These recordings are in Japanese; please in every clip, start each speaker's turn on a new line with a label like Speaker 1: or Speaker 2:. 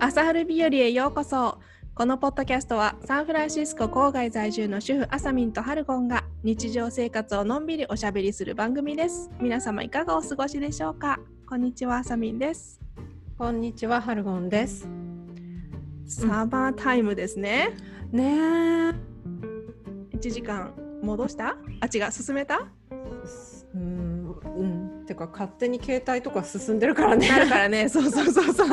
Speaker 1: 朝春日和へようこそこのポッドキャストはサンフランシスコ郊外在住の主婦あさみんとハルゴンが日常生活をのんびりおしゃべりする番組です皆様いかがお過ごしでしょうかこんにちはあさみんです
Speaker 2: こんにちは、ハルゴンです。
Speaker 1: サーバータイムですね、
Speaker 2: ねえ、
Speaker 1: 1時間戻したあ違う進めた
Speaker 2: うん、うん、てか勝手に携帯とか進んでるからね。
Speaker 1: なるからねそうそうそう そう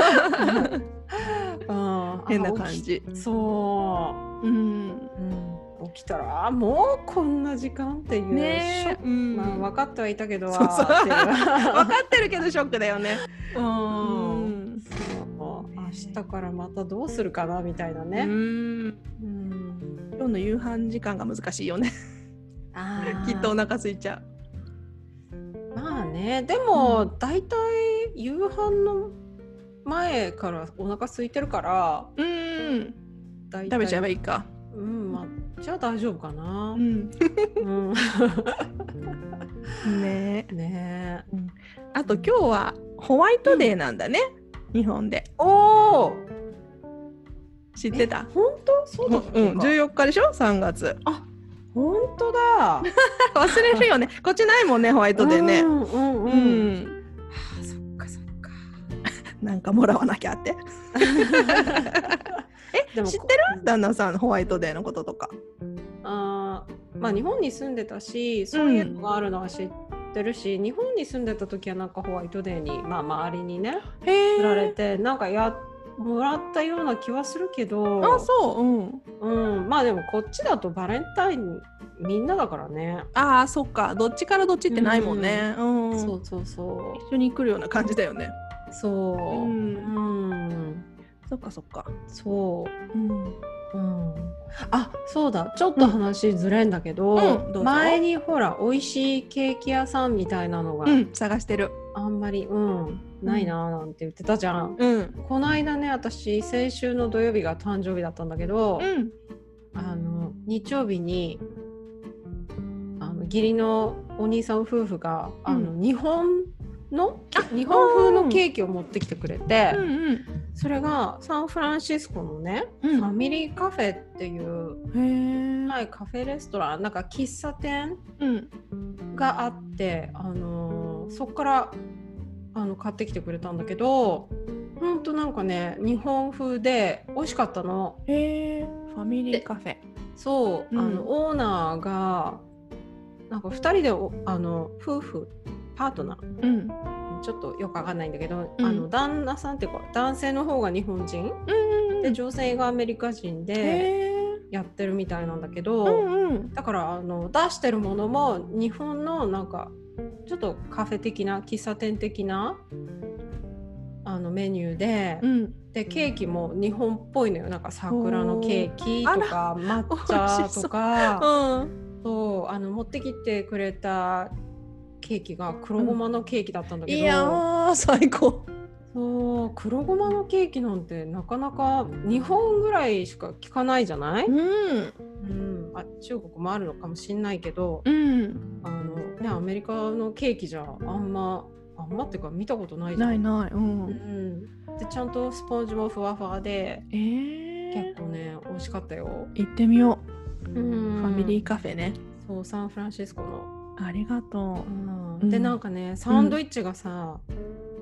Speaker 2: うん、
Speaker 1: 変な感じ
Speaker 2: あ。起きそ
Speaker 1: うん
Speaker 2: う、うん、起きたらあもうこんな時間っていう。
Speaker 1: ねえ
Speaker 2: ショッ、
Speaker 1: う
Speaker 2: ク
Speaker 1: ん
Speaker 2: まあ分かってはいたけど、
Speaker 1: そうそう
Speaker 2: あーっ て
Speaker 1: 分かってるけどショックだよね
Speaker 2: いううん。
Speaker 1: うん
Speaker 2: そう明日からまたどうするかなみたいな
Speaker 1: う
Speaker 2: ね。
Speaker 1: ん
Speaker 2: うん、
Speaker 1: 今日の夕飯時間が難しいよね
Speaker 2: あー
Speaker 1: きっとお腹空いちゃう
Speaker 2: まあねでも、
Speaker 1: う
Speaker 2: 大体夕飯の前からお腹空いてるから
Speaker 1: うん
Speaker 2: 大体
Speaker 1: 食べちゃえばいいか。
Speaker 2: うんまあ、じゃあ大丈夫かな、
Speaker 1: ん、
Speaker 2: うん、
Speaker 1: ね
Speaker 2: ねえ
Speaker 1: あと今日はホワイトデーなんだね、日本で。
Speaker 2: おお
Speaker 1: 知ってた
Speaker 2: 本当そう
Speaker 1: う
Speaker 2: だ
Speaker 1: ん
Speaker 2: っ、けか
Speaker 1: 14日でしょ3月
Speaker 2: 本当だ
Speaker 1: 忘れるよ ねこっちないもんねホワイトデー
Speaker 2: う
Speaker 1: ね
Speaker 2: んう
Speaker 1: う、
Speaker 2: んうんん、 はあそっかそっか
Speaker 1: なんかもらわなきゃって
Speaker 2: えで
Speaker 1: 知ってる旦那さんホワイトデーのこととか
Speaker 2: あーまあ日本に住んでたしそういうのがあるのは知ってるし、日本に住んでた時はなんかホワイトデーにまあ周りにね
Speaker 1: へ
Speaker 2: 売られてなんかやもらったような気はするけど
Speaker 1: あそううん
Speaker 2: うん、まあでもこっちだとバレンタインみんなだからね、
Speaker 1: ああそっかどっちからどっちってないもんねうん、
Speaker 2: そうそうそ
Speaker 1: 一緒に来るような感じだよね
Speaker 2: うそう
Speaker 1: う
Speaker 2: うんん、
Speaker 1: そっかそっか
Speaker 2: そ
Speaker 1: うん
Speaker 2: う、うん、あそうだちょっと話ずれんだけど,、
Speaker 1: うんどうぞ
Speaker 2: 前にほら美味しいケーキ屋さんみたいなのが
Speaker 1: うん探してる
Speaker 2: あんまり、うんないなーなんて言ってたじゃん。
Speaker 1: うん
Speaker 2: この間ね私先週の土曜日が誕生日だったんだけど、
Speaker 1: うん
Speaker 2: あの日曜日にあの義理のお兄さん夫婦が、あの日本の日本風のケーキを持ってきてくれて、
Speaker 1: うん
Speaker 2: それがサンフランシスコのね、
Speaker 1: うん
Speaker 2: ファミリーカフェっていう
Speaker 1: うんへえ
Speaker 2: 前カフェレストランなんか喫茶店
Speaker 1: うん
Speaker 2: があって、あのーそこからあの買ってきてくれたんだけどほんとなんかね日本風で美味しかったの。
Speaker 1: へえファミリーカフェ
Speaker 2: そ
Speaker 1: う
Speaker 2: う、
Speaker 1: ん
Speaker 2: あのオーナーがなんか2人でおあの夫婦パートナー
Speaker 1: うん
Speaker 2: ちょっとよくわかんないんだけど、
Speaker 1: うん
Speaker 2: あの旦那さんっていうか男性の方が日本人、
Speaker 1: うん
Speaker 2: で女性がアメリカ人で
Speaker 1: へえ
Speaker 2: やってるみたいなんだけ
Speaker 1: う
Speaker 2: ど、
Speaker 1: んうん
Speaker 2: だからあの出してるものも日本のなんかちょっとカフェ的な喫茶店的なあのメニューで、
Speaker 1: うん
Speaker 2: でケーキも日本っぽいのよなんか桜のケーキ
Speaker 1: おー
Speaker 2: とか抹
Speaker 1: 美
Speaker 2: 茶
Speaker 1: 味しそう
Speaker 2: とか。
Speaker 1: うん
Speaker 2: そうあの持ってきてくれたケーキが黒ごまのケーキだったんだけど、
Speaker 1: いやー最高
Speaker 2: そう黒ごまのケーキなんてなかなか日本ぐらいしか聞かないじゃない、
Speaker 1: うん
Speaker 2: うん、あ中国もあるのかもしんないけど
Speaker 1: うん
Speaker 2: あの、ね、アメリカのケーキじゃあんまあんまっていうか見たことないじゃん。
Speaker 1: ないないうん
Speaker 2: うん、でちゃんとスポンジもふわふわで
Speaker 1: え
Speaker 2: 結
Speaker 1: ー
Speaker 2: 構ね美味しかったよ。
Speaker 1: 行ってみよ
Speaker 2: フ
Speaker 1: うフ
Speaker 2: ァ
Speaker 1: ァミリーカフェね
Speaker 2: そうサンフランシスコの
Speaker 1: ありがと
Speaker 2: うん
Speaker 1: うん
Speaker 2: でなんかねサンドイッチがさ、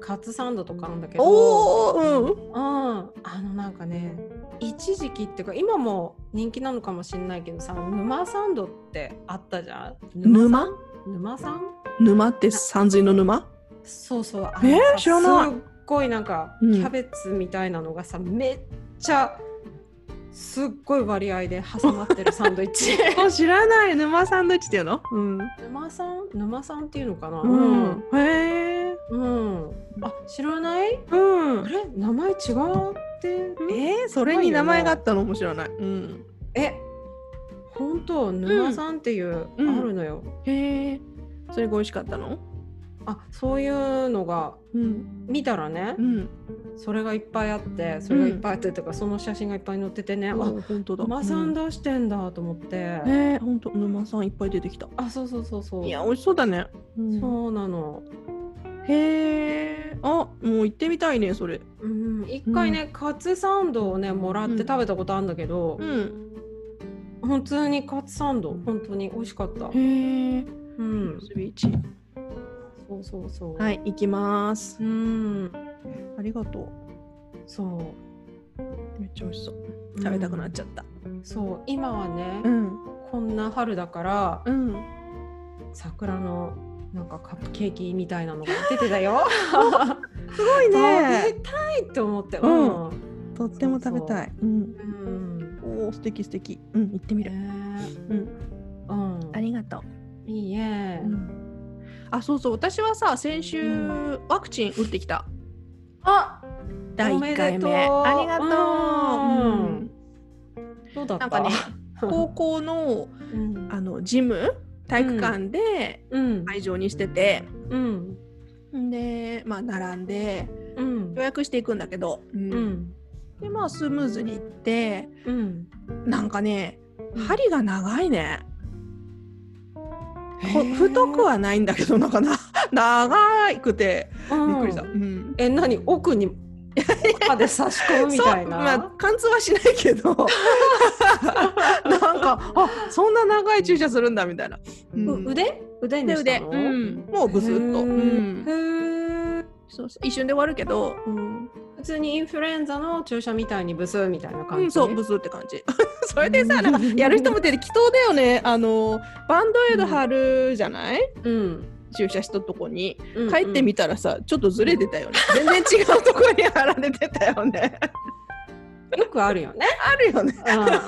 Speaker 2: カツサンドとかなんだけ
Speaker 1: う
Speaker 2: ど
Speaker 1: おおうん
Speaker 2: うん、あのなんかね一時期っていうか今も人気なのかもしれないけどさ沼サンドってあったじゃん
Speaker 1: 沼
Speaker 2: 沼さん
Speaker 1: 沼って山水の沼
Speaker 2: そうそうあ
Speaker 1: えー
Speaker 2: のさ
Speaker 1: 知らない
Speaker 2: すっごいなんかキ
Speaker 1: うん
Speaker 2: ャベツみたいなのがさ、めっちゃすっごい割合で挟まってるサンドイ ッチ
Speaker 1: あ知らない沼サンドイッチっていうのうん
Speaker 2: 沼さん沼さんっていうのかな
Speaker 1: うんへえ
Speaker 2: うん、うん、あ知らない
Speaker 1: うん
Speaker 2: あれ名前違ってる
Speaker 1: えー、それに名前があったの面白いない。うん、
Speaker 2: え本当沼さんっていう、
Speaker 1: うん
Speaker 2: あるのよ
Speaker 1: へえ、それが美味しかったの？
Speaker 2: あそういうのが
Speaker 1: うん、
Speaker 2: 見たらね、
Speaker 1: うん、
Speaker 2: それがいっぱいあってそれがいっぱいあってとか、その写真がいっぱい載っててね、あ
Speaker 1: 本当だ。
Speaker 2: 沼さん出してんだと思って、
Speaker 1: うん。えー、本当沼さんいっぱい出てきた。
Speaker 2: あそうそうそうそう
Speaker 1: いや、美味しそうだね。
Speaker 2: そうなの
Speaker 1: へえ、あ、もう行ってみたいね、それ。
Speaker 2: うん、一回ね、カツサンドをねもらって食べたことあるんだけど、
Speaker 1: うん。
Speaker 2: 普通にカツサンド本当に美味しかった
Speaker 1: へ。え。
Speaker 2: うん、
Speaker 1: スビーチ。
Speaker 2: そうそうそう。。
Speaker 1: はいい、行きます
Speaker 2: う。ん、
Speaker 1: ありがとう。
Speaker 2: そ
Speaker 1: めっちゃ美味しそう。
Speaker 2: う。
Speaker 1: 食べたくなっ
Speaker 2: ゃ
Speaker 1: ちゃった。
Speaker 2: うん。そう、今はね、
Speaker 1: ん。
Speaker 2: こんな春だから
Speaker 1: う、ん。
Speaker 2: 桜のなんかカップケーキみたいなのが出てたよ。
Speaker 1: すごい
Speaker 2: 食
Speaker 1: ね。
Speaker 2: べたいって思って。
Speaker 1: うん
Speaker 2: うん。
Speaker 1: とっても食べたい。うん。
Speaker 2: うん。
Speaker 1: おお、素敵素敵。うん、行ってみ
Speaker 2: え
Speaker 1: る。
Speaker 2: ー
Speaker 1: うん。
Speaker 2: うん。
Speaker 1: ありがとう。
Speaker 2: いいえ。
Speaker 1: あ、そうそう。私はさ、先週ワクチン打ってきた。
Speaker 2: あ、
Speaker 1: 第一回目。
Speaker 2: おめでとう
Speaker 1: ありがとう。
Speaker 2: うん
Speaker 1: うん
Speaker 2: どうだっ
Speaker 1: な
Speaker 2: た？
Speaker 1: んかね高校の
Speaker 2: うん。
Speaker 1: あのジム体育館で
Speaker 2: うん。
Speaker 1: 会場にしてて、
Speaker 2: うん。
Speaker 1: でまあ並んで
Speaker 2: うん
Speaker 1: 予。約していくんだけど、
Speaker 2: うん。
Speaker 1: でまあスムーズに行って
Speaker 2: うん。
Speaker 1: なんかね
Speaker 2: うん
Speaker 1: 針が長いね、こ
Speaker 2: へー
Speaker 1: 太くはないんだけどなんかな長くて
Speaker 2: うん
Speaker 1: びっくりした、うん
Speaker 2: え何奥に奥まで差し込むみ
Speaker 1: そう
Speaker 2: た い
Speaker 1: まあ
Speaker 2: な。
Speaker 1: 貫通はしないけ どなんかあそんな長い注射するんだみたいな、うん
Speaker 2: う腕腕に
Speaker 1: で
Speaker 2: した
Speaker 1: 腕、
Speaker 2: の？
Speaker 1: うん、もうブスッと、
Speaker 2: へ
Speaker 1: う
Speaker 2: ー
Speaker 1: ん
Speaker 2: へー
Speaker 1: そうそう一瞬で終わるけど、うん、
Speaker 2: 普通にインフルエンザの注射みたいにブスみたいな感じ。
Speaker 1: うん、そうブスって感 じそれで
Speaker 2: う
Speaker 1: さ
Speaker 2: ん
Speaker 1: なんかやる人も出て祈祷だよねあのバンドエイド貼るじゃない、
Speaker 2: うん。
Speaker 1: 注射したとこに
Speaker 2: うん
Speaker 1: 帰ってみたらさちょっとずれてたよね全然違うとこに貼られてたよね
Speaker 2: よくあるよね。
Speaker 1: あるよね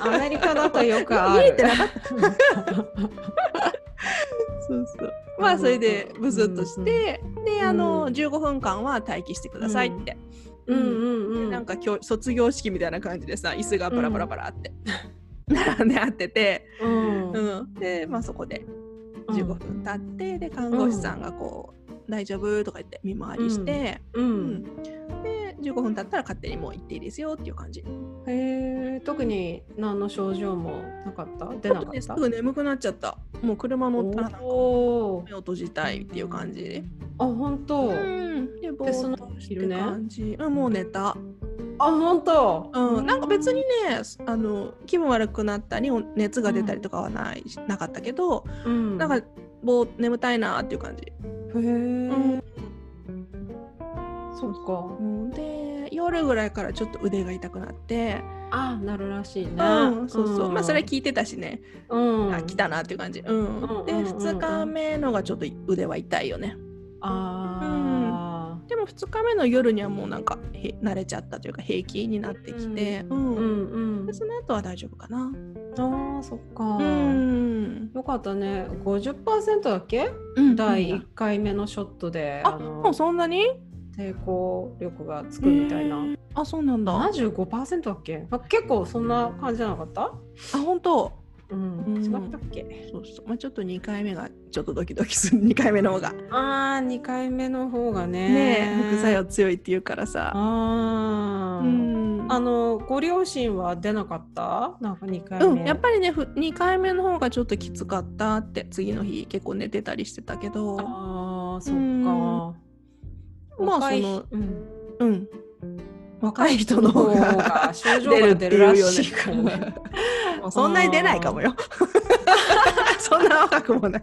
Speaker 2: うんアメリカだとよくあ
Speaker 1: 見
Speaker 2: る。
Speaker 1: えてな
Speaker 2: かった。
Speaker 1: そうそうまあそれでブスッとして、であの15分間は待機してくださいって、
Speaker 2: うんうんうん。
Speaker 1: なんか今日卒業式みたいな感じでさ椅子がバラバラバラって、並んであってて、
Speaker 2: うん
Speaker 1: うん、でまあそこで15分経ってで看護師さんがこう「大丈夫?」とか言って見回りして、
Speaker 2: う
Speaker 1: うん
Speaker 2: ん。
Speaker 1: で15分経ったら勝手にもう行っていいですよっていう感じ
Speaker 2: へえ特に何の症状もなかった出なか
Speaker 1: で
Speaker 2: っ
Speaker 1: す
Speaker 2: た。
Speaker 1: ぐ眠くなっちゃったもう車乗ったらなんか
Speaker 2: おお。
Speaker 1: 目を閉じたいっていう感じ
Speaker 2: あ本
Speaker 1: う
Speaker 2: 当。
Speaker 1: んでぼ
Speaker 2: そ
Speaker 1: ー
Speaker 2: の
Speaker 1: っとして
Speaker 2: 昼寝
Speaker 1: 感じ、うん、もう寝た、
Speaker 2: あ本当。
Speaker 1: うん、なんか別にねあの気分悪くなったりお熱が出たりとかはない、しなかったけど
Speaker 2: うん
Speaker 1: なんかぼー眠たいなっていう感じ
Speaker 2: へえ、
Speaker 1: ん
Speaker 2: そっか
Speaker 1: うんで夜ぐらいからちょっと腕が痛くなって、
Speaker 2: あなるらしいね、
Speaker 1: うん、そうそう、
Speaker 2: ん
Speaker 1: まあそれは聞いてたしね、
Speaker 2: うん
Speaker 1: あ来たなっていう感じ、うん
Speaker 2: うん
Speaker 1: で
Speaker 2: うんうんうん
Speaker 1: 2日目のがちょっと腕は痛いよね
Speaker 2: あ
Speaker 1: でも2日目の夜にはもうなんかへ慣れちゃったというか平気になってきて、うん
Speaker 2: ーうんうん
Speaker 1: でその後は大丈夫かな
Speaker 2: あーそっか、
Speaker 1: うん、
Speaker 2: よかったね50%だっけ、
Speaker 1: うん
Speaker 2: 第一回目のショットで
Speaker 1: あ
Speaker 2: の
Speaker 1: もうそんなに
Speaker 2: 抵抗力がつくみたいな、
Speaker 1: あそうなんだあ
Speaker 2: 75%だっけあ結構そんな感じじゃなかった
Speaker 1: 本当
Speaker 2: うん、
Speaker 1: うん
Speaker 2: 違ったっけ
Speaker 1: そうそう、まあ、ちょっと2回目がちょっとドキドキする2回目の方がね
Speaker 2: あー2回目の方がね
Speaker 1: え副作用強いっていうからさ
Speaker 2: あー、
Speaker 1: うん
Speaker 2: あのご両親は出なかったなんか2回目、
Speaker 1: うん、やっぱりねふ2回目の方がちょっときつかったって次の日結構寝てたりしてたけど
Speaker 2: あーそっか
Speaker 1: うんまあ
Speaker 2: 若い
Speaker 1: その
Speaker 2: うん、
Speaker 1: うん若い人の
Speaker 2: 方
Speaker 1: 方
Speaker 2: が
Speaker 1: が
Speaker 2: 症状
Speaker 1: 出るっ
Speaker 2: が
Speaker 1: て
Speaker 2: 出
Speaker 1: い
Speaker 2: る
Speaker 1: うよ
Speaker 2: ら
Speaker 1: ね
Speaker 2: しいからね
Speaker 1: もう そんなに出ないかもよ そんな若くもない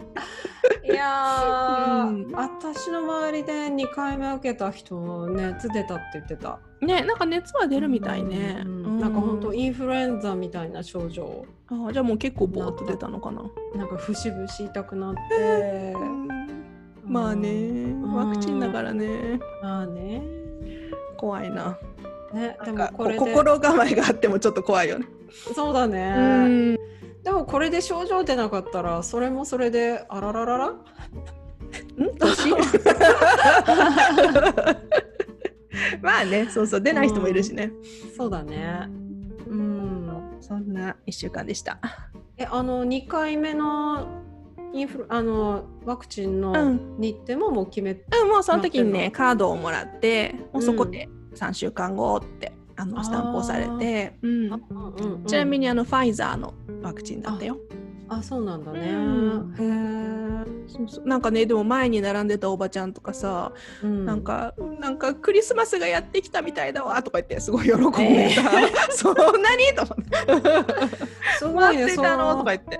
Speaker 2: いや
Speaker 1: う
Speaker 2: ー、
Speaker 1: ん
Speaker 2: 私の周りで2回目受けた人熱出たって言ってた
Speaker 1: ねなんか熱は出るみたいね、
Speaker 2: うん
Speaker 1: う
Speaker 2: なんかほんとインフルエンザみたいな症状
Speaker 1: あーじゃあもう結構ボーっと出たのかな、
Speaker 2: なんか節々痛くなって、
Speaker 1: まあね
Speaker 2: ん
Speaker 1: ワクチンだからね
Speaker 2: まあね
Speaker 1: 怖いな
Speaker 2: ねでも
Speaker 1: なんか
Speaker 2: これで
Speaker 1: こ心構えがあってもちょっと怖いよね
Speaker 2: そうだね、
Speaker 1: うん
Speaker 2: でもこれで症状出なかったらそれもそれであらららら
Speaker 1: 年 まあねそうそう出ない人もいるしね、
Speaker 2: そうだねうん
Speaker 1: そんな1週間でした
Speaker 2: えあの2回目のインフルあのワクチン
Speaker 1: う
Speaker 2: の
Speaker 1: ん
Speaker 2: 日程ももう決めて、
Speaker 1: うんもうその時にね
Speaker 2: 待ってんの
Speaker 1: カードをもらってもうそこ
Speaker 2: うん
Speaker 1: で3週間後ってあのスタンプをされて、うん
Speaker 2: うんうんうん
Speaker 1: ちなみにあのファイザーのワクチンだったよ
Speaker 2: あそうなんだね、
Speaker 1: う
Speaker 2: へ
Speaker 1: そうそうなんかねでも前に並んでたおばちゃんとかさ、
Speaker 2: え、うん
Speaker 1: なんかなんかクリスマスがやってきたみたいだわとか言ってすごい喜んでた、 そんなにと思って
Speaker 2: すごい
Speaker 1: 待
Speaker 2: ね
Speaker 1: って
Speaker 2: そ
Speaker 1: たの
Speaker 2: の
Speaker 1: とか言って。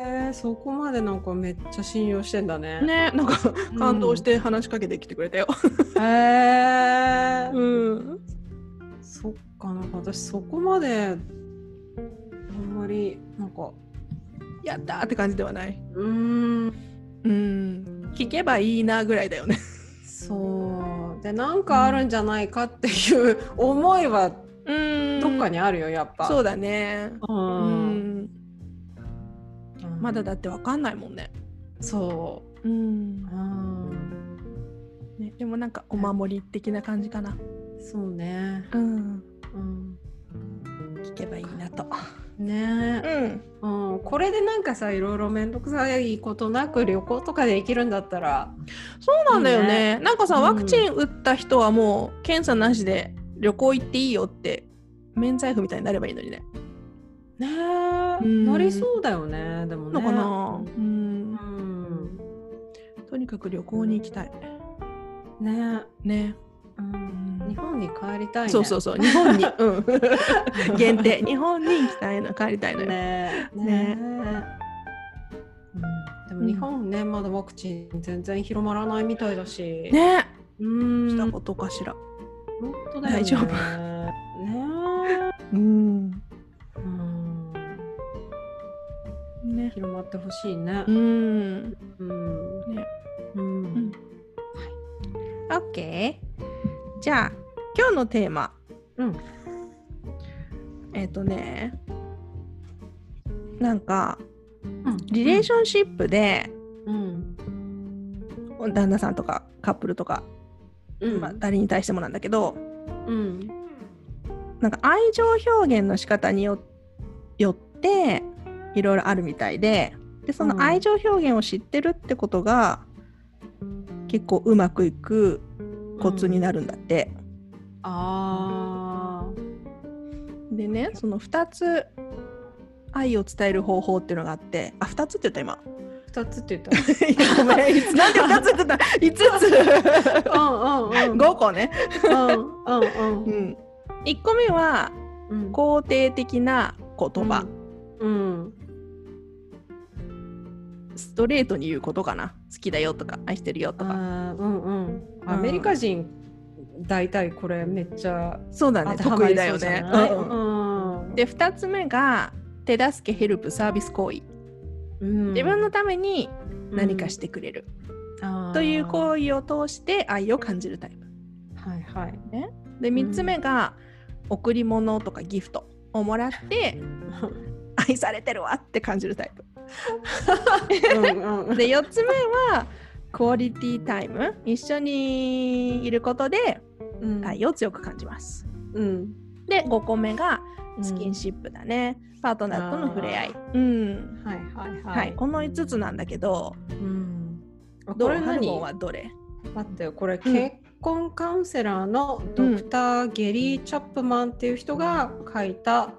Speaker 2: へえそこまでなんかめっちゃ信用してんだね
Speaker 1: ね、なんか感動して話しかけてきてくれたよ。
Speaker 2: へえ、
Speaker 1: うん、
Speaker 2: そっかなんか私そこまであんまりなんか
Speaker 1: やったーって感じではない。
Speaker 2: うーん
Speaker 1: うん、聞けばいいなぐらいだよね。
Speaker 2: そうでなんかあるんじゃないかっていう思いは
Speaker 1: うん
Speaker 2: どっかにあるよやっぱ、
Speaker 1: そうだね。
Speaker 2: う、
Speaker 1: うんん、
Speaker 2: うん
Speaker 1: まだだってわかんないもんね。
Speaker 2: そ
Speaker 1: うん
Speaker 2: う、うん、
Speaker 1: ね、でもなんかお守り的な感じかな。
Speaker 2: そうね、
Speaker 1: うん、
Speaker 2: うん、
Speaker 1: 聞けばいいなと。
Speaker 2: ねえ、
Speaker 1: うん、
Speaker 2: うん、これでなんかさいろいろ面倒くさいことなく旅行とかで行けるんだったら
Speaker 1: そうなんだよね。
Speaker 2: い
Speaker 1: なんかさ、
Speaker 2: うん
Speaker 1: ワクチン打った人はもう検査なしで旅行行っていいよって。免罪符みたいになればいいのにね。
Speaker 2: ねえ、
Speaker 1: ん
Speaker 2: なりそうだよねでもね
Speaker 1: のかな。うん
Speaker 2: う、ん
Speaker 1: とにかく旅行に行きたい。
Speaker 2: ね
Speaker 1: ね。
Speaker 2: うん、日本に帰りたいね
Speaker 1: そうそうそう日本 に、うん、 限定日本に行きたいの帰りたいのよ、
Speaker 2: ね
Speaker 1: ね
Speaker 2: ねうん、でも日本ね、まだワクチン全然広まらないみたいだし、
Speaker 1: ね
Speaker 2: うん
Speaker 1: した
Speaker 2: 本
Speaker 1: ことかしら
Speaker 2: 当だよね
Speaker 1: 大丈夫
Speaker 2: ね
Speaker 1: うん
Speaker 2: うん
Speaker 1: ね
Speaker 2: 広まってほしいね
Speaker 1: う。ん
Speaker 2: うん
Speaker 1: ね
Speaker 2: うん
Speaker 1: ん OK じゃあ今日のテーマ
Speaker 2: うん
Speaker 1: えっ、とねなんか
Speaker 2: うん
Speaker 1: リレーションシップで、
Speaker 2: うん
Speaker 1: 旦那さんとかカップルとか、
Speaker 2: うん
Speaker 1: まあ、誰に対してもなんだけど
Speaker 2: うん
Speaker 1: なんか愛情表現の仕方によよっていろいろあるみたいででそ
Speaker 2: うん
Speaker 1: の愛情表現を知ってるってことが、結構うまくいくコツになるんだって。
Speaker 2: あー
Speaker 1: でねその2つ愛を伝える方法っていうのがあってあ2つって言った今
Speaker 2: 二つって言っ
Speaker 1: いやごめん なんで2つって言った5
Speaker 2: た。 うんうんう
Speaker 1: つ
Speaker 2: ん。
Speaker 1: 5個ね、
Speaker 2: うんう
Speaker 1: う
Speaker 2: んうん
Speaker 1: ん、1個目は
Speaker 2: うん。
Speaker 1: 肯定的な言葉、
Speaker 2: うん。
Speaker 1: ストレートに言うことかな好きだよとか愛してるよとか、
Speaker 2: あーうんうん、アメリカ人大体これめっちゃ
Speaker 1: そうだ
Speaker 2: 当
Speaker 1: ね
Speaker 2: てはま
Speaker 1: 得意
Speaker 2: り
Speaker 1: だ
Speaker 2: そ
Speaker 1: よ
Speaker 2: うじゃ
Speaker 1: ね、
Speaker 2: ない
Speaker 1: うん
Speaker 2: うん
Speaker 1: で2つ目が手助けヘルプサービス行為、
Speaker 2: うん
Speaker 1: 自分のために何かしてくれる、
Speaker 2: あー
Speaker 1: という行為を通して愛を感じるタイプ
Speaker 2: はいはい
Speaker 1: で3つ目が、贈り物とかギフトをもらって愛されてるわって感じるタイ
Speaker 2: うんう
Speaker 1: プ
Speaker 2: ん
Speaker 1: で4つ目はクオリティタイム一緒にいることで
Speaker 2: うん
Speaker 1: 愛を強く感じます
Speaker 2: うん
Speaker 1: で5個目が
Speaker 2: うん
Speaker 1: スキンシップだね、パートナーとの触れ合い、うん
Speaker 2: はいはい
Speaker 1: は
Speaker 2: はい
Speaker 1: い、この5つなんだけど、
Speaker 2: うんあ
Speaker 1: ど
Speaker 2: こ
Speaker 1: う
Speaker 2: れ
Speaker 1: ハルボン
Speaker 2: 何
Speaker 1: はどれ
Speaker 2: 待ってよこれ結婚カウンセラーのドクター・ゲリー・チャップマンっていう人が書いた
Speaker 1: あ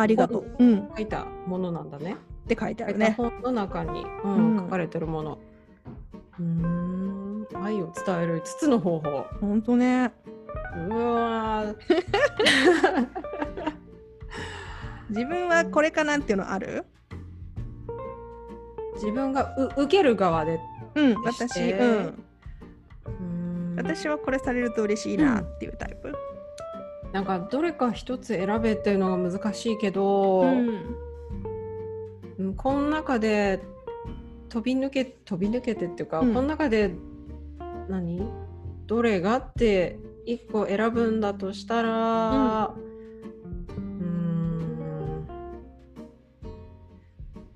Speaker 1: ありがとう、うん、っ
Speaker 2: 書いたものなんだね
Speaker 1: て書いてあ
Speaker 2: 書い
Speaker 1: る
Speaker 2: た
Speaker 1: ね。
Speaker 2: 本の中に、うん
Speaker 1: うん
Speaker 2: 書かれてるもの。うーん愛を伝える5つの方法。
Speaker 1: ほんとね
Speaker 2: うわ
Speaker 1: 自分はこれかなっていうのある
Speaker 2: ー自分がう受ける側で。
Speaker 1: うん
Speaker 2: そし
Speaker 1: 私、
Speaker 2: て
Speaker 1: うん、
Speaker 2: うーん
Speaker 1: 私はこれされると嬉しいなっていうタイプ。
Speaker 2: なんかどれか一つ選べっていうのが難しいけど、
Speaker 1: うん
Speaker 2: うんこの中で飛び抜け飛び抜けてっていうか、
Speaker 1: うん
Speaker 2: この中で何どれがって一個選ぶんだとしたらうーん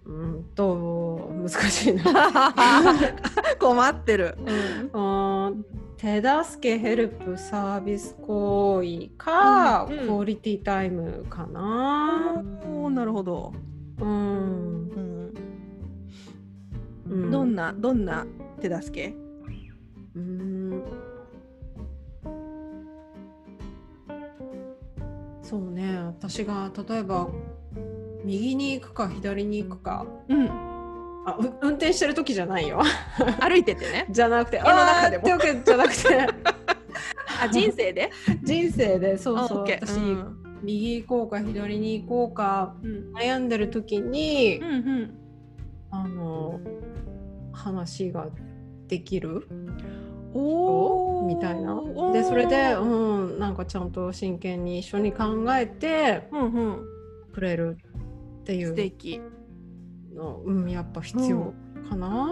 Speaker 2: うんと難しいな。
Speaker 1: 困ってる。
Speaker 2: うん手助けヘルプサービス行為か、
Speaker 1: うんうん
Speaker 2: クオリティタイムかな。
Speaker 1: おーなるほど。
Speaker 2: うん
Speaker 1: うん
Speaker 2: うん
Speaker 1: どんなどんな手助け？
Speaker 2: うーんそうね私が例えば右に行くか左に行くか
Speaker 1: うん、
Speaker 2: あう運転してる時じゃないよ
Speaker 1: 歩いててね
Speaker 2: じゃなくて
Speaker 1: の中でも
Speaker 2: あーってわけじゃなくて
Speaker 1: あ人生で
Speaker 2: 人生でそう
Speaker 1: あ
Speaker 2: そう
Speaker 1: OK
Speaker 2: 私、
Speaker 1: うん
Speaker 2: 右行こうか左に行こうか
Speaker 1: うん
Speaker 2: 悩んでる時に、
Speaker 1: うんうん
Speaker 2: あの話ができる
Speaker 1: おー
Speaker 2: みたいな
Speaker 1: おー
Speaker 2: でそれで、うん、なんかちゃんと真剣に一緒に考えて
Speaker 1: うんうん
Speaker 2: くれるってい
Speaker 1: 素
Speaker 2: う
Speaker 1: 敵
Speaker 2: の、うん、やっぱ必要かな、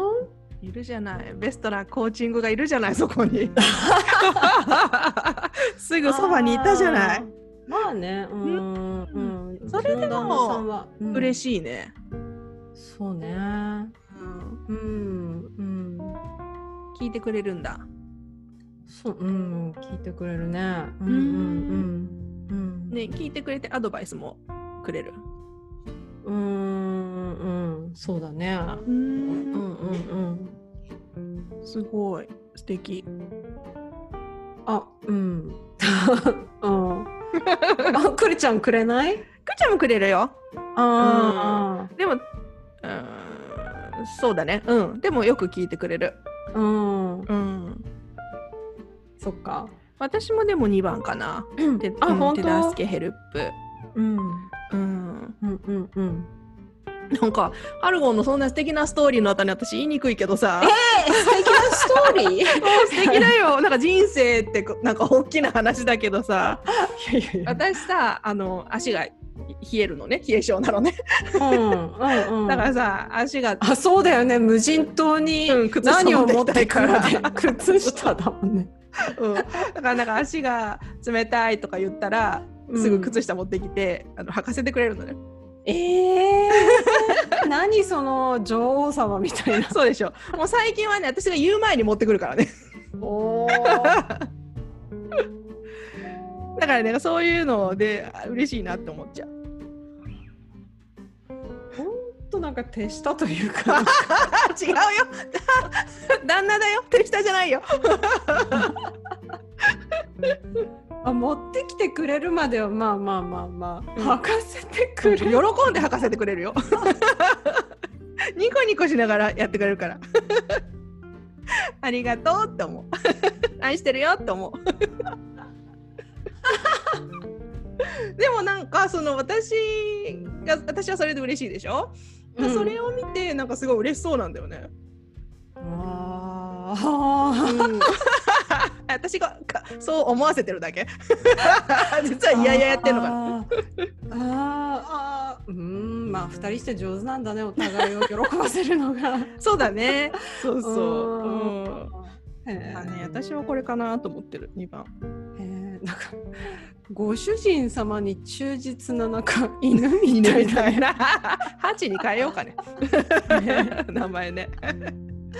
Speaker 1: いるじゃないベストなコーチングがいるじゃないそこ にすぐそばにいたじゃな
Speaker 2: あ
Speaker 1: い
Speaker 2: ーまあねうん、うん
Speaker 1: それでも
Speaker 2: うちの旦那さんはうん
Speaker 1: 嬉しいね、
Speaker 2: そうね
Speaker 1: うん、
Speaker 2: うんうん
Speaker 1: 聞いてくれるんだ
Speaker 2: そううん聞いてくれるねうんうんうんうん
Speaker 1: ね聞いてくれてアドバイスもくれる
Speaker 2: うんうんそうだね
Speaker 1: う
Speaker 2: うん
Speaker 1: ん
Speaker 2: うん
Speaker 1: すごい素敵
Speaker 2: あ、うん。 うん。あ、くるちゃんくれない。
Speaker 1: くちゃんもくれるよ
Speaker 2: あ
Speaker 1: でもうーんそうだねうんでもよく聞いてくれる
Speaker 2: あ、うん、
Speaker 1: うん
Speaker 2: そっか。
Speaker 1: 私もでも2番かなで
Speaker 2: あ、
Speaker 1: うん
Speaker 2: 本
Speaker 1: 手
Speaker 2: 当
Speaker 1: 助。けヘル
Speaker 2: うん。
Speaker 1: プうん
Speaker 2: うんうんうん。
Speaker 1: なんかハルゴンのそんな素敵なストーリーの後に私言いにくいけどさ
Speaker 2: えー、素敵なストー リー。
Speaker 1: もう素敵だよ なんか人生ってこなんか大きな話だけどさ
Speaker 2: いやいやいや。
Speaker 1: 私さあの足が冷えるのね冷え性なのね
Speaker 2: うんうんうん。
Speaker 1: だからさ足が、
Speaker 2: あ、そうだよね。無人島に
Speaker 1: うん靴下
Speaker 2: 何を持って
Speaker 1: 持ってきたい
Speaker 2: く
Speaker 1: か
Speaker 2: る
Speaker 1: ら
Speaker 2: で靴下だもんね。
Speaker 1: うん、だからなんか足が冷たいとか言ったらすぐ靴下
Speaker 2: 下。
Speaker 1: 持ってきて、あの履かせてくれるのね
Speaker 2: ええー。何その女王様みたいな。
Speaker 1: そうでしょもう最近はね私が言う前に持ってくるからね
Speaker 2: おお。
Speaker 1: だからねそういうのであ嬉しいなって思っちゃう
Speaker 2: となんか手下というか。
Speaker 1: あ違うよ 旦那だよ手下じゃないよ
Speaker 2: あ持ってきてくれるまではまあまあまあまあ、
Speaker 1: うん
Speaker 2: 履かせてくれ
Speaker 1: 喜
Speaker 2: る
Speaker 1: んで履かせてくれるよ ニコニコしながらやってくれるから ありがとうって思う 愛してるよって思う でもなんかその私が私はそれで嬉しいでしょ、でそれ
Speaker 2: を
Speaker 1: を見てなんかすごい嬉しそうなんだよね、
Speaker 2: あー
Speaker 1: 私がかそう思わせてるだけ 実はいやいややってんのかな
Speaker 2: あーあーあーうーんまあ二人して上手なんだねお互いを喜ばせるのが
Speaker 1: そうだねそうそう
Speaker 2: う
Speaker 1: うん
Speaker 2: んへえ
Speaker 1: だね私はこれかなと思ってる2番
Speaker 2: へえなんかご主人様に忠実ななんか犬みたいな
Speaker 1: な。ハチに変えようかね。 名前ね。
Speaker 2: うんあ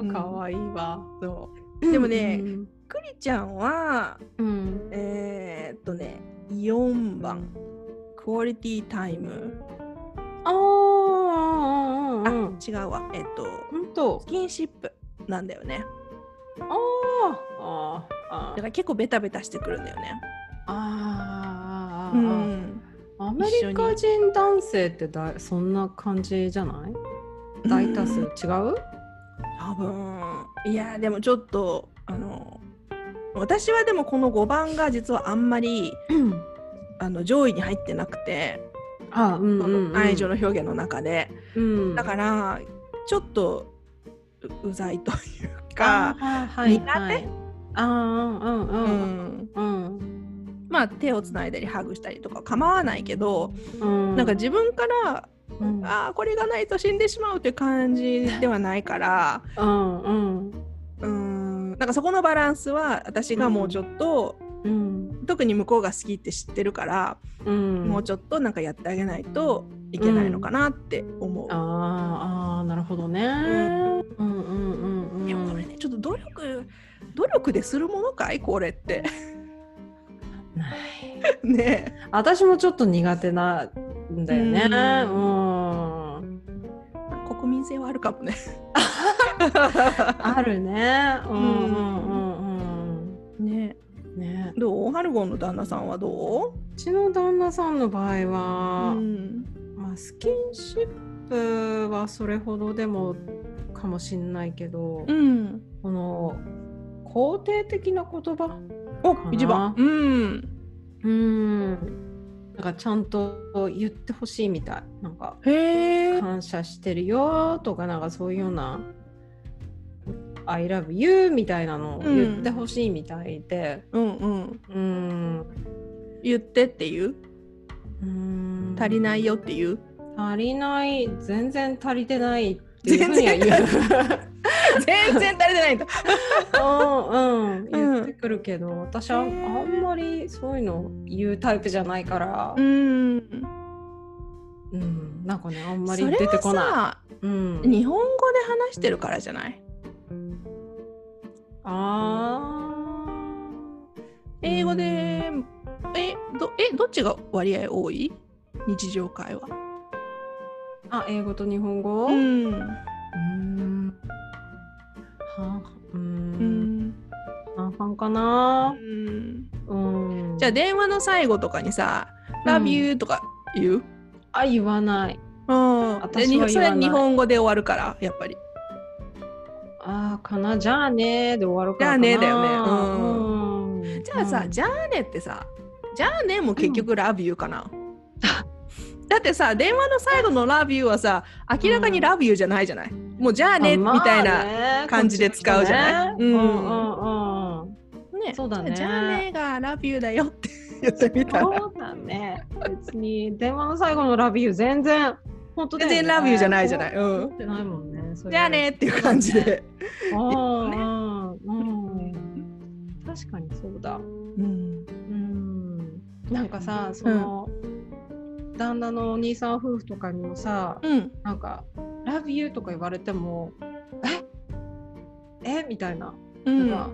Speaker 2: ー可愛いわ、
Speaker 1: そうでもね
Speaker 2: うん
Speaker 1: クリちゃんは
Speaker 2: うん
Speaker 1: えーっとね4番クオリティタイム
Speaker 2: あーあーあーあー
Speaker 1: 違うわえっと
Speaker 2: ほんと
Speaker 1: スキンシップなんだよね。
Speaker 2: あーあ
Speaker 1: だ
Speaker 2: ー
Speaker 1: から結構ベタベタしてくるんだよね。
Speaker 2: あ
Speaker 1: う
Speaker 2: ー
Speaker 1: ん。
Speaker 2: アメリカ人男性ってだいそんな感じじゃない大多数違
Speaker 1: うん
Speaker 2: う
Speaker 1: 多分いやでもちょっとあの私はでもこの5番が実はあんまりあの上位に入ってなくて、
Speaker 2: あうん
Speaker 1: その愛情の表現の中で。
Speaker 2: うん
Speaker 1: だからちょっとううざいという
Speaker 2: あ
Speaker 1: か、
Speaker 2: ーはい
Speaker 1: 苦手
Speaker 2: はいあーうんう
Speaker 1: うんん、
Speaker 2: うん
Speaker 1: まあ手をつないだりハグしたりとか構わないけど、
Speaker 2: うん
Speaker 1: なんか自分から
Speaker 2: うん
Speaker 1: ああこれがないと死んでしまうっていう感じではないから
Speaker 2: うんうん
Speaker 1: うんなんかそこのバランスは私がもうちょっと、
Speaker 2: うん
Speaker 1: 特に向こうが好きって知ってるから、
Speaker 2: うん
Speaker 1: もうちょっとなんかやってあげないといけないのかなって思う。
Speaker 2: あーあーなるほどね
Speaker 1: ん
Speaker 2: うんうんうんうん
Speaker 1: でもこれねちょっと努力努力でするものかいこれって
Speaker 2: ない
Speaker 1: ねえ
Speaker 2: 私もちょっと苦手なんだよね
Speaker 1: う
Speaker 2: うん
Speaker 1: 国民性はあるかもね。
Speaker 2: あるね。うんんうんうんうん。
Speaker 1: ね
Speaker 2: ね。
Speaker 1: どうハルゴンの旦那さんはど
Speaker 2: うちの旦那さんの場合
Speaker 1: う、う
Speaker 2: は、
Speaker 1: ん、
Speaker 2: まあ、スキンシップはそれほどでもかもしんないけど、
Speaker 1: うん、
Speaker 2: この肯定的な言葉
Speaker 1: お
Speaker 2: かな
Speaker 1: 一番うん
Speaker 2: うんなんかちゃんと言ってほしいみたいなんか
Speaker 1: へえ
Speaker 2: 感謝してるよとかなんかそういうような「I love you」みたいなのを
Speaker 1: うん
Speaker 2: 言ってほしいみたいで
Speaker 1: うんうん
Speaker 2: うん
Speaker 1: 言ってっていう
Speaker 2: うん
Speaker 1: 足りないよっていう
Speaker 2: 足りない全然足りてないっていうふうには
Speaker 1: 全然
Speaker 2: 言う。
Speaker 1: 全然足りてないんだ
Speaker 2: うんうん、
Speaker 1: うん
Speaker 2: 言ってくるけど、私はあ
Speaker 1: へー
Speaker 2: んまりそういうの言うタイプじゃないから、
Speaker 1: うん
Speaker 2: うんなんかねあんまり
Speaker 1: それ
Speaker 2: 出て
Speaker 1: は
Speaker 2: こな
Speaker 1: さ
Speaker 2: い。うん、
Speaker 1: 日本語で話してるからじゃない
Speaker 2: あー
Speaker 1: 英語でえどえどっちが割合多い日常会話
Speaker 2: あ英語と日本語、う
Speaker 1: うん
Speaker 2: ーん半々うー
Speaker 1: うんん
Speaker 2: 半々か
Speaker 1: う
Speaker 2: な、
Speaker 1: ん
Speaker 2: うん、
Speaker 1: じゃあ電話の最後とかにさ「
Speaker 2: うん
Speaker 1: Love you」とか言う
Speaker 2: あ言わない
Speaker 1: うんで
Speaker 2: 私は言わない
Speaker 1: にそれ日本語で終わるからやっぱり
Speaker 2: あーかなじゃあねーで終わるからかな
Speaker 1: じゃあねーだよ
Speaker 2: ね、うん、
Speaker 1: じゃあさ、
Speaker 2: うん
Speaker 1: じゃあねってさ、じゃあねも結局ラビューかな。 だってさ、電話の最後のラビューはさ、明らかにラビューじゃないじゃない。もうじゃあね、
Speaker 2: あまあ
Speaker 1: みたいな。ね感じで使うじゃない
Speaker 2: こっちの
Speaker 1: うん
Speaker 2: 人ねうんうんうん。そうだね
Speaker 1: じゃあねがラビューだよって言ってみたら。
Speaker 2: そうだね。別に電話の最後のラビュー全然本当だよね
Speaker 1: 全然ラビューじゃないじゃないうん
Speaker 2: 思ってないもんね。それ
Speaker 1: じゃあねっていう感じ。で。
Speaker 2: そうだねうんうんうん確かにそうだ。
Speaker 1: うん。
Speaker 2: うん。なんかさ、その、旦那のお兄さん夫婦とかにもさ、
Speaker 1: うん。
Speaker 2: なんか「ラビュー」とか言われても「ええみたいな。
Speaker 1: う
Speaker 2: なん
Speaker 1: ん。
Speaker 2: か、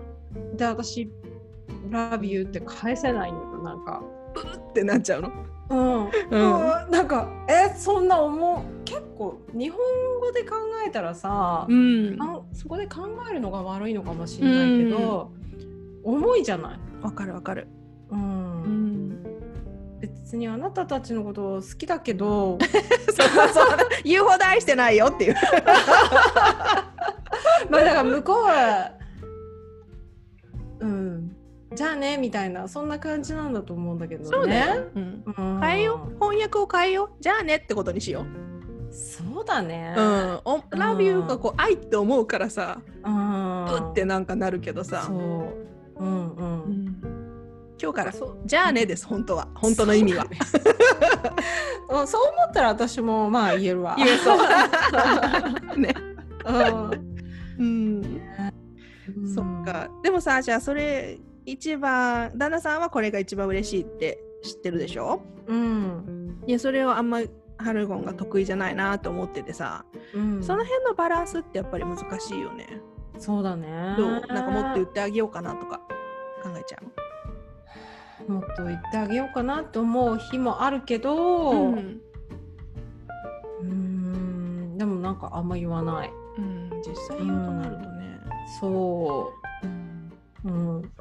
Speaker 2: で私「ラビュー」って返せないんだよなんか。
Speaker 1: ってなっちゃうの。
Speaker 2: うん、うんなんかえそんな思う結構日本語で考えたらさ、
Speaker 1: うん。
Speaker 2: あんそこで考えるのが悪いのかもしれないけど、重いじゃない、
Speaker 1: わかるわかる。
Speaker 2: う、
Speaker 1: うんん。
Speaker 2: 別にあなたたちのこと好きだけ
Speaker 1: そ
Speaker 2: ど
Speaker 1: うそうそう。言うほど愛してないよっていう。
Speaker 2: まあだから向こうはうんじゃあねみたいなそんな感じなんだと思うんだけどね。
Speaker 1: うん。
Speaker 2: うん
Speaker 1: 変えよう。翻訳を変えよう。じゃあねってことにしよう。
Speaker 2: そうだね。
Speaker 1: うん、おラビューがこう愛って思うからさ、
Speaker 2: うん。
Speaker 1: うってなんかなるけどさ、
Speaker 2: そう。うんうん。
Speaker 1: うん今日から
Speaker 2: そう
Speaker 1: じゃあねです本当は本当の意味は。
Speaker 2: うん、そう思ったら私もまあ言えるわ。
Speaker 1: 言えそう。ね、
Speaker 2: うん、
Speaker 1: うん、そっ。か。でもさ、じゃあそれ一番旦那さんはこれが一番嬉しいって知ってるでしょ？
Speaker 2: うん。
Speaker 1: いやそれをあんまハルゴンが得意じゃないなと思っててさ、
Speaker 2: うん、
Speaker 1: その辺のバランスってやっぱり難しいよね。
Speaker 2: そうだね。
Speaker 1: どう？なんかもっと言ってあげようかなとか考えちゃう。
Speaker 2: もっと言ってあげようかなと思う日もあるけど、
Speaker 1: う
Speaker 2: うん
Speaker 1: ん、
Speaker 2: でもなんかあんま言わない。
Speaker 1: うん、実際言うとなるとね。
Speaker 2: そ
Speaker 1: うん
Speaker 2: う。うん。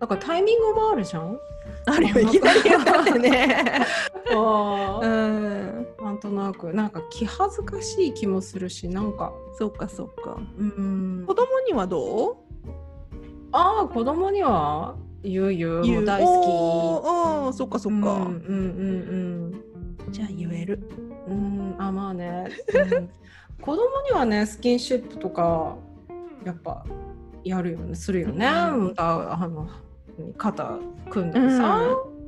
Speaker 2: なんかタイミングもあるじゃん。
Speaker 1: あるよ、いきなり言ったってね。
Speaker 2: あ
Speaker 1: うん。
Speaker 2: なんとなくなんか気恥ずかしい気もするし、なんか。
Speaker 1: そうか、そうか。
Speaker 2: うん
Speaker 1: 子。供にはどう
Speaker 2: ああ子供には言う言うもう大好き。
Speaker 1: 好き。ああ、そうか、そうか。
Speaker 2: うんうん
Speaker 1: じゃあ言える。
Speaker 2: うんうん。うんあまあね。うん、子供にはねスキンシップとかやっぱやるよねするよね。
Speaker 1: うん
Speaker 2: またあの肩組んでさ。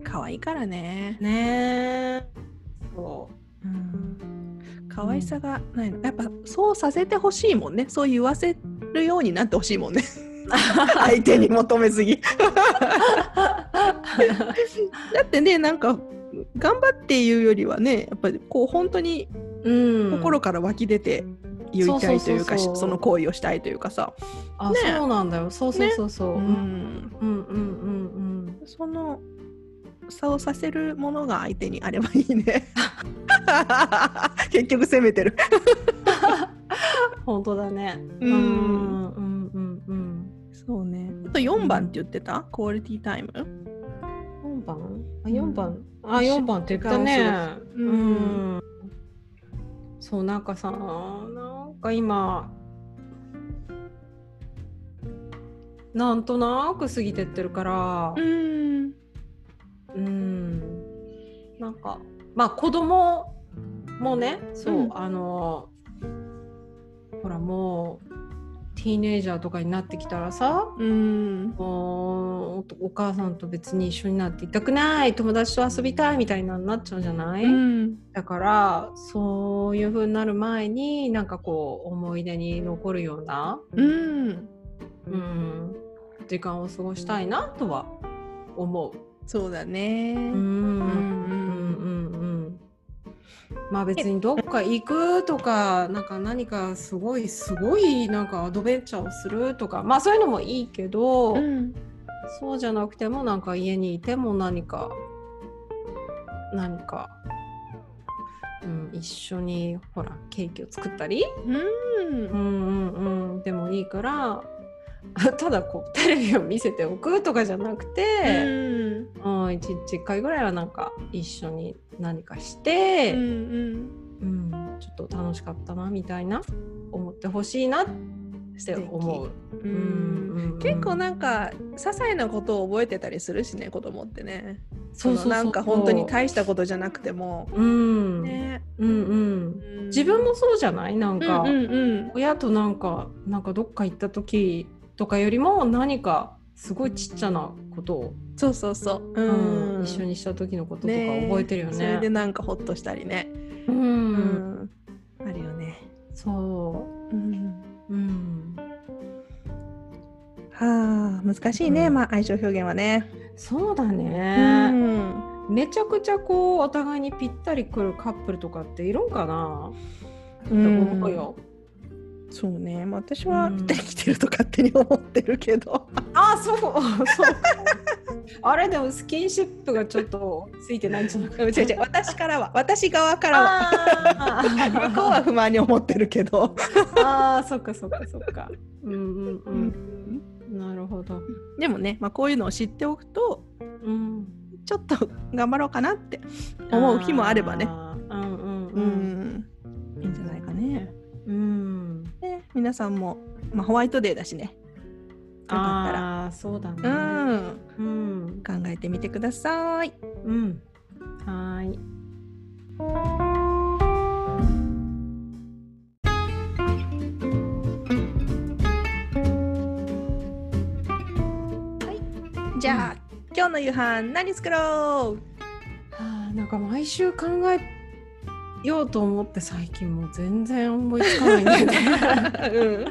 Speaker 1: 可愛いからね。
Speaker 2: ねえ。そ
Speaker 1: 可愛さがないの。やっぱそうさせてほしいもんね。そう言わせるようになってほしいも んね。相手に求めすぎ。だってね、なんか頑張って言うよりはね、やっぱりこう本当に
Speaker 2: う。うん。
Speaker 1: 心から湧き出て言いたいというか
Speaker 2: そうそうそうそ
Speaker 1: し
Speaker 2: う
Speaker 1: その行為をしたいというかさ、
Speaker 2: あ、
Speaker 1: ね
Speaker 2: そうなんだよ。そうそうそうそう。
Speaker 1: うん、
Speaker 2: うんうんうん
Speaker 1: その差をさせるものが相手にあればいい ね結局責めてる
Speaker 2: うん。本当だね。う
Speaker 1: うん
Speaker 2: うんうんうん。
Speaker 1: そうねあと4番って言ってた、クオリティタイム
Speaker 2: 4番あ
Speaker 1: うん
Speaker 2: 4番、あ
Speaker 1: 一緒
Speaker 2: 4番って言ったね
Speaker 1: う
Speaker 2: うんん、そうなんかさなんか今なんとなく過ぎてってるから
Speaker 1: うん
Speaker 2: うん、なんかまあ子供もねそう、
Speaker 1: うん
Speaker 2: あのほらもうティーネイジャーとかになってきたらさ、
Speaker 1: うん
Speaker 2: もうおお母さんと別に一緒になっていたくない友達と遊びたいみたいなのになっちゃうじゃない、
Speaker 1: うん
Speaker 2: だからそういう風になる前になんかこう思い出に残るような、
Speaker 1: うん
Speaker 2: うん時間を過ごしたいなとは思
Speaker 1: そうだねう
Speaker 2: う。うんうん
Speaker 1: ん
Speaker 2: うんうんまあ別にどっか行くとかなんか何かすごいすごいなんかアドベンチャーをするとかまあそういうのもいいけど、
Speaker 1: うん
Speaker 2: そうじゃなくてもなんか家にいても何か何か、うん、一緒にほらケーキを作ったり、
Speaker 1: うん
Speaker 2: うんうんうん、でもいいから あただこうテレビを見せておくとかじゃなくて、うん一日1回ぐらいはなんか一緒に何かして、うん
Speaker 1: うん
Speaker 2: ちょっと楽しかったなみたいな思ってほしいなって思う。
Speaker 1: う
Speaker 2: うん
Speaker 1: ん
Speaker 2: うんうん
Speaker 1: 結構なんか些細なことを覚えてたりするしね子供ってね。
Speaker 2: そうそうそう
Speaker 1: のなんか本当に大したことじゃなくても。
Speaker 2: うん、
Speaker 1: ね、
Speaker 2: うんうん自分もそうじゃないなんか、
Speaker 1: うんうん
Speaker 2: 親となんかなんかどっか行った時とかよりも何かすごいちっちゃなことを、
Speaker 1: うん、そうそうそう、
Speaker 2: う
Speaker 1: うん
Speaker 2: ん一緒にした時のこととか
Speaker 1: ね
Speaker 2: 覚えてるよね。
Speaker 1: それでなんかほっとしたりね、
Speaker 2: うん
Speaker 1: うあるよね、
Speaker 2: そ
Speaker 1: うん、
Speaker 2: う、うん、
Speaker 1: はあ難しいね、
Speaker 2: うん
Speaker 1: まあ愛情表現はね、
Speaker 2: そうだ
Speaker 1: う
Speaker 2: ね、
Speaker 1: ん、
Speaker 2: めちゃくちゃこうお互いにぴったりくるカップルとかっているんかなって
Speaker 1: うん
Speaker 2: 思うよ。
Speaker 1: そうね、まあ、私は
Speaker 2: うん
Speaker 1: ぴったり来てると勝手に思ってるけど、
Speaker 2: あそう そうあれでもスキンシップがちょっとついてないんじゃなく て
Speaker 1: 違う違う私からは私側からは
Speaker 2: あ
Speaker 1: 向
Speaker 2: ー
Speaker 1: こうは不満に思ってるけど
Speaker 2: ああ、そっかそっかそっか。うんうんうん。なるほど。
Speaker 1: でもね、まあ、こういうのを知っておくと
Speaker 2: うん。
Speaker 1: ちょっと頑張ろうかなって思う日もあればね
Speaker 2: あー。うん
Speaker 1: う
Speaker 2: うん
Speaker 1: んいいんじゃないかね。
Speaker 2: うん。うん。
Speaker 1: で皆さんも、まあ、ホワイトデーだしねよか
Speaker 2: ああー、そうだ
Speaker 1: ったら、
Speaker 2: ね。
Speaker 1: う
Speaker 2: うん。
Speaker 1: ん、考えてみてください。
Speaker 2: うん。はーい。
Speaker 1: じゃあ、今日の夕飯何作ろう
Speaker 2: あーなんか毎週考えようと思って最近もう全然思いつかないんだよね。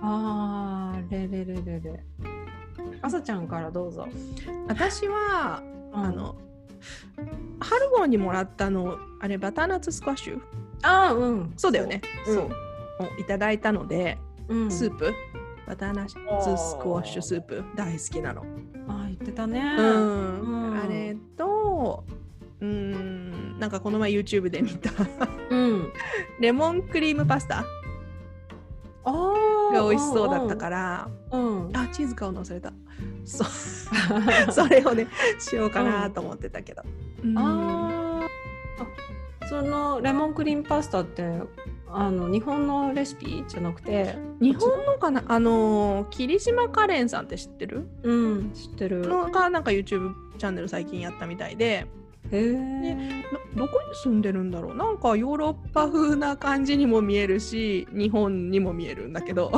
Speaker 2: ああ、れれれれれ。あさちゃんからどうぞ。
Speaker 1: 私は
Speaker 2: うん
Speaker 1: あのハルゴンにもらったのあれバターナッツスクワッシュ
Speaker 2: ああ、うん。
Speaker 1: そうだよね
Speaker 2: そう
Speaker 1: そう、をいただいたので
Speaker 2: うん。
Speaker 1: スープ、バターナッツスクワッシュスープ大好きなの、
Speaker 2: ああ、言ってたね。
Speaker 1: うん
Speaker 2: うん
Speaker 1: あれとうんなんかこの前 YouTube で見 た
Speaker 2: うん。
Speaker 1: レモンクリームパスタ
Speaker 2: あ
Speaker 1: が美味しそうだったから
Speaker 2: ら。うん。
Speaker 1: あチーズ買うの忘れた そうそれをねしようかなと思ってたけど、うん
Speaker 2: ああ。そのレモンクリームパスタって、あの日本のレシピじゃなくて。
Speaker 1: 日本のかなあのー霧島カレンさんって知ってる
Speaker 2: うん、知ってる。
Speaker 1: のがなんか YouTube チャンネル最近やったみたいで
Speaker 2: へえ。
Speaker 1: どどこに住んでるんだろうなんかヨーロッパ風な感じにも見えるし日本にも見えるんだけど、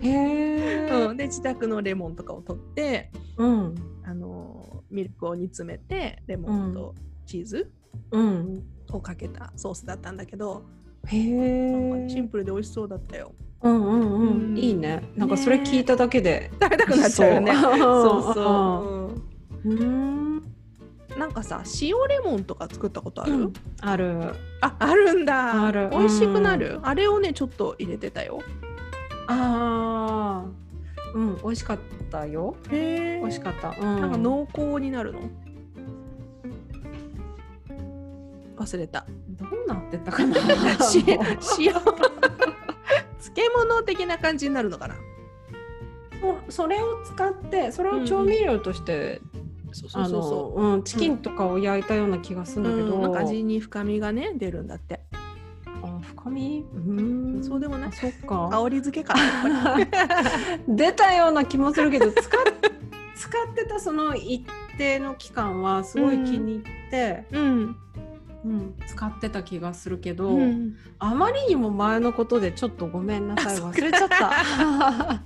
Speaker 2: へ
Speaker 1: う
Speaker 2: え。
Speaker 1: ん、で自宅のレモンとかを取って、
Speaker 2: うん。
Speaker 1: あのーミルクを煮詰めてレモンとチーズ
Speaker 2: うん。
Speaker 1: をかけたソースだったんだけど、
Speaker 2: へ
Speaker 1: なんかシン
Speaker 2: え。
Speaker 1: プルで美味しそうだったよ。
Speaker 2: うんうん
Speaker 1: う
Speaker 2: うんん。いいね。なんかそれ聞いただけで。
Speaker 1: 食べたくなっちゃうよね。そ
Speaker 2: そうう
Speaker 1: そう、うん
Speaker 2: う。うん。
Speaker 1: なんかさ塩レモンとか作ったことある、
Speaker 2: ある。
Speaker 1: ああるんだ
Speaker 2: ある
Speaker 1: 美味しくなる、あれをねちょっと入れてたよ
Speaker 2: ああ。うん、美味しかったよ。
Speaker 1: へ
Speaker 2: 美味しかった。う
Speaker 1: なん
Speaker 2: ん
Speaker 1: か濃厚になるの忘れた
Speaker 2: どうなってったか な
Speaker 1: し塩漬物的な感じになるのかな
Speaker 2: そそれを使ってそれを調味料として
Speaker 1: そうそう
Speaker 2: あ
Speaker 1: そうそ
Speaker 2: のうん、チキンとかを焼いたような気がす
Speaker 1: う
Speaker 2: るんだけど、
Speaker 1: うんなんか味に深みがね出るんだって
Speaker 2: あ深みうーん
Speaker 1: そうでもない
Speaker 2: あそっか
Speaker 1: 香り漬けかなやっぱり
Speaker 2: 出たような気もするけど使っ 使ってたその一定の期間はすごい気に入って、
Speaker 1: うん、
Speaker 2: うん使ってた気がするけど、
Speaker 1: うん、
Speaker 2: あまりにも前のことでちょっとごめんなさ
Speaker 1: あ
Speaker 2: い
Speaker 1: そっ
Speaker 2: 忘
Speaker 1: か
Speaker 2: れち ゃった。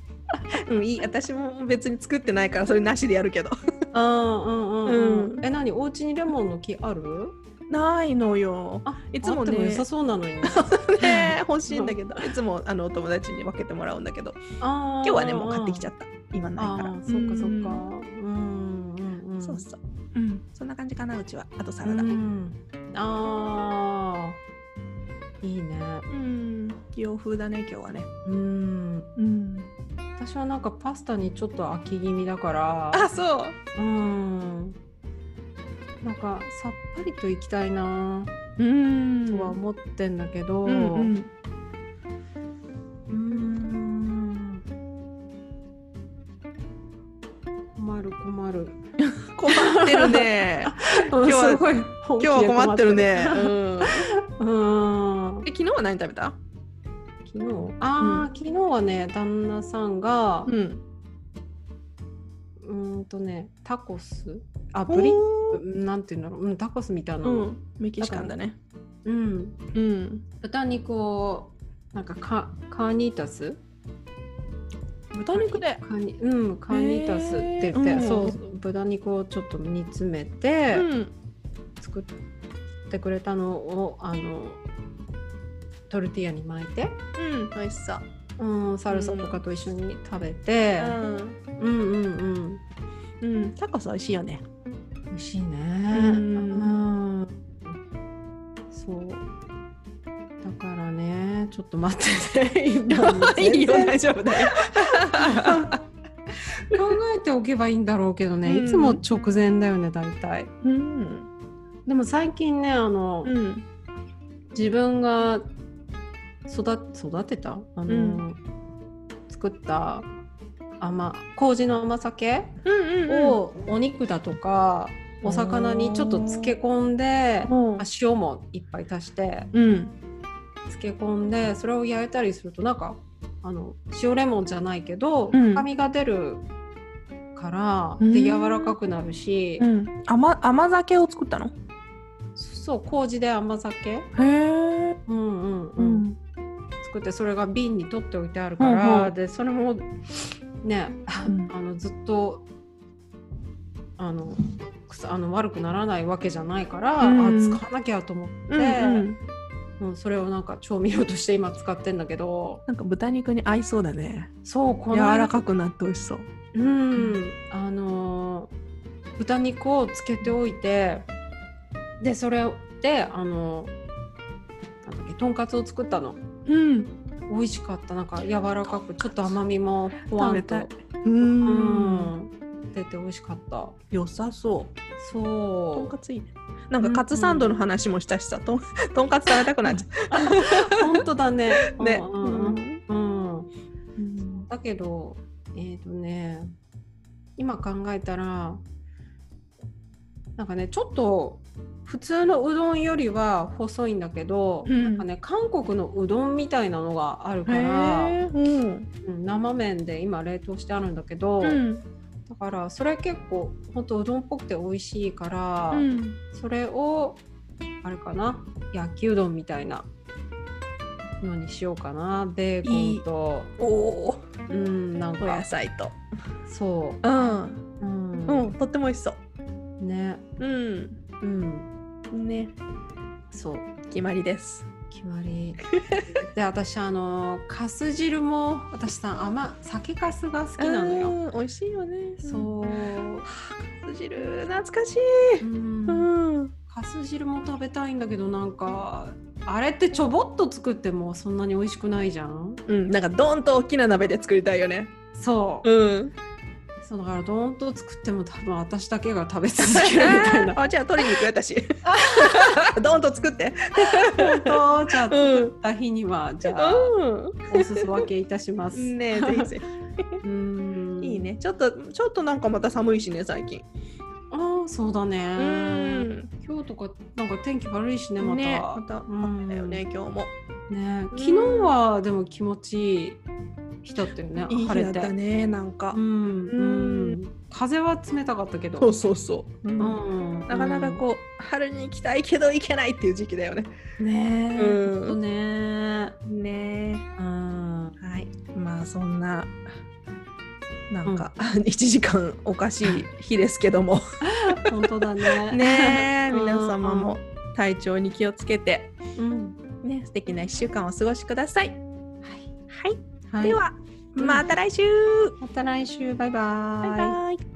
Speaker 1: うんいい私も別に作ってないからそれなしでやるけど
Speaker 2: うんうんうん、う
Speaker 1: うん
Speaker 2: ん、え何お家にレモンの木ある
Speaker 1: ないのよ
Speaker 2: あ
Speaker 1: いつもね
Speaker 2: あって良さそうなのに ね
Speaker 1: ね欲しいんだけどいつもあのお友達に分けてもらうんだけど
Speaker 2: 今
Speaker 1: 今日はねもう買ってきちゃ
Speaker 2: っ
Speaker 1: った今
Speaker 2: た
Speaker 1: ないから
Speaker 2: あーそっかそっか
Speaker 1: うん
Speaker 2: うんうんうん
Speaker 1: そうそううんそんな感じかなうちはあとサラダ
Speaker 2: うん、あーいいね
Speaker 1: うん洋風だね今日はね
Speaker 2: うん
Speaker 1: うん
Speaker 2: 私はなんかパスタにちょっと飽き気味だから
Speaker 1: あそう
Speaker 2: うんなんかさっぱりといきたいな
Speaker 1: うん
Speaker 2: とは思ってんだけど、
Speaker 1: うんうん
Speaker 2: うーん困る困る。
Speaker 1: 困ってる ね
Speaker 2: 今
Speaker 1: 日は
Speaker 2: すごい 本
Speaker 1: 今
Speaker 2: 気
Speaker 1: 日
Speaker 2: で
Speaker 1: は困ってるね
Speaker 2: 困って
Speaker 1: うん
Speaker 2: るうーん。
Speaker 1: え昨日は何食べた
Speaker 2: 昨日ああ、昨日はね旦那さんがう
Speaker 1: うん
Speaker 2: ーんとねタコスあ
Speaker 1: ブ
Speaker 2: ブ
Speaker 1: リ
Speaker 2: リ
Speaker 1: ッ
Speaker 2: なんていうんだろう、うん、タコスみたいな
Speaker 1: う
Speaker 2: の、
Speaker 1: んメキシカンだね
Speaker 2: うん、
Speaker 1: うん
Speaker 2: 豚肉をなんかカカーニータス
Speaker 1: 豚肉で
Speaker 2: カーニうんカーニータスって言って、
Speaker 1: へーうん
Speaker 2: そう豚肉をちょっと煮詰めて。
Speaker 1: うん
Speaker 2: 作ってくれたのをあのトルティーヤに巻い
Speaker 1: う
Speaker 2: て、
Speaker 1: ん美味しそう
Speaker 2: うん、サルサとかと一緒に食べて、うん、うんうん
Speaker 1: うんうんタコス美味しいよね
Speaker 2: 美味しいね
Speaker 1: ん
Speaker 2: うんそうだからねちょっと待ってて今もう全然
Speaker 1: 丈夫だよ
Speaker 2: 考えておけばいいんだろうけどね、
Speaker 1: うん
Speaker 2: いつも直前だよね大体
Speaker 1: うん
Speaker 2: でも最近ねあの、
Speaker 1: うん
Speaker 2: 自分が育て育てたあ
Speaker 1: う
Speaker 2: の、
Speaker 1: ん
Speaker 2: 作った甘麹の甘酒
Speaker 1: うんうん
Speaker 2: をお肉だとか、お魚にちょっと漬け込んで、
Speaker 1: うん
Speaker 2: あ塩もいっぱい足して
Speaker 1: うん
Speaker 2: 漬け込んでそれを焼いたりするとなんかあの塩レモンじゃないけど、
Speaker 1: うん
Speaker 2: 深みが出るから、
Speaker 1: うん
Speaker 2: で柔らかくなるし、
Speaker 1: うん甘甘酒を作ったの
Speaker 2: そう麹で甘酒、
Speaker 1: へえ
Speaker 2: うんうん
Speaker 1: う
Speaker 2: うん、
Speaker 1: ん
Speaker 2: 作ってそれが瓶に取っておいてあるから、
Speaker 1: うんうん
Speaker 2: でそれもね、
Speaker 1: うん
Speaker 2: あのずっとあのくさあの悪くならないわけじゃないから、
Speaker 1: うん
Speaker 2: あ使わなきゃと思って、
Speaker 1: うんうん
Speaker 2: うんそれをなんか調味料として今使ってんだけど
Speaker 1: なんか豚肉に合いそうだね
Speaker 2: そうこ
Speaker 1: 柔
Speaker 2: の間
Speaker 1: らかくなって美味しそう
Speaker 2: うんあのー豚肉をつけておいてでそれであのーなんだっけとんかつを作ったの。
Speaker 1: うん
Speaker 2: 美味しかったなんか柔らかくちょっと甘みもほわんと
Speaker 1: 食べう
Speaker 2: うんん出て美味しかった
Speaker 1: 良さそうとん
Speaker 2: そ
Speaker 1: かついいねなんかカツサンドの話もしたしさ とんとんかつ食べたくなっちゃ
Speaker 2: う本当だね
Speaker 1: う ね
Speaker 2: うんうんうんうん
Speaker 1: うん
Speaker 2: だけどえっ、とね今考えたらなんかねちょっと普通のうどんよりは細いんだけど、
Speaker 1: うん
Speaker 2: なんかね韓国のうどんみたいなのがある
Speaker 1: へ
Speaker 2: から、
Speaker 1: えうん
Speaker 2: うん生麺で今冷凍してあるんだけど、
Speaker 1: うん
Speaker 2: だからそれ結構ほんとうどんっぽくて美味しいから、
Speaker 1: うん
Speaker 2: それをあれかな焼きうどんみたいなのにしようかなベーコンと
Speaker 1: おー
Speaker 2: うんなん
Speaker 1: お野
Speaker 2: か
Speaker 1: 菜と
Speaker 2: そ
Speaker 1: うん
Speaker 2: う、うん
Speaker 1: うんとっても美味しそう
Speaker 2: ね
Speaker 1: うん
Speaker 2: うん
Speaker 1: ね
Speaker 2: そう
Speaker 1: 決まりです
Speaker 2: 決ま りで私あのかす汁も私さ甘酒かすが好きなのよ
Speaker 1: うん美味しいよね
Speaker 2: そう、
Speaker 1: う汁懐かしい
Speaker 2: うん
Speaker 1: うん
Speaker 2: かす汁も食べたいんだけどなんかあれってちょぼっと作ってもそんなに美味しくないじゃん
Speaker 1: うんなんかドーンと大きな鍋で作りたいよね
Speaker 2: そう,、
Speaker 1: うん
Speaker 2: そうだからどーんと作っても多分私だけが食べ続けるみたい な
Speaker 1: あじゃあ取りに行くよ 私ドーンと作って
Speaker 2: 本当じゃあ
Speaker 1: うん
Speaker 2: 作った日には、じゃあおすそ分けいたしま
Speaker 1: う
Speaker 2: す
Speaker 1: んねえ ぜひぜ
Speaker 2: うん
Speaker 1: ひいいねちょっとちょっとなんかまた寒いしね最近
Speaker 2: うんそうだね、
Speaker 1: ん
Speaker 2: 今日とかなんか天気悪いしねまた
Speaker 1: ねまた
Speaker 2: うん
Speaker 1: だよね、今日も。
Speaker 2: ね昨日はでも気持ちいい日だったよね
Speaker 1: いい日
Speaker 2: 晴
Speaker 1: だ
Speaker 2: れ
Speaker 1: ってたね、なんか
Speaker 2: う。んう
Speaker 1: うん
Speaker 2: 風は冷たかったけど
Speaker 1: そうそうそう。うん
Speaker 2: うん
Speaker 1: なかなかこう春に行きたいけど行けないっていう時期だよね。
Speaker 2: うんねえ、
Speaker 1: うん
Speaker 2: ほんとね
Speaker 1: ね
Speaker 2: うん
Speaker 1: はい。まあそんななんか、 一時間おかしい日ですけども
Speaker 2: 本当だ ね
Speaker 1: ねえ
Speaker 2: うん
Speaker 1: 皆様も体調に気をつけて
Speaker 2: うん
Speaker 1: ね素敵な一週間をお過ごしください。はい。
Speaker 2: はい
Speaker 1: では、また来週。
Speaker 2: また来週バイバ
Speaker 1: バイバイ。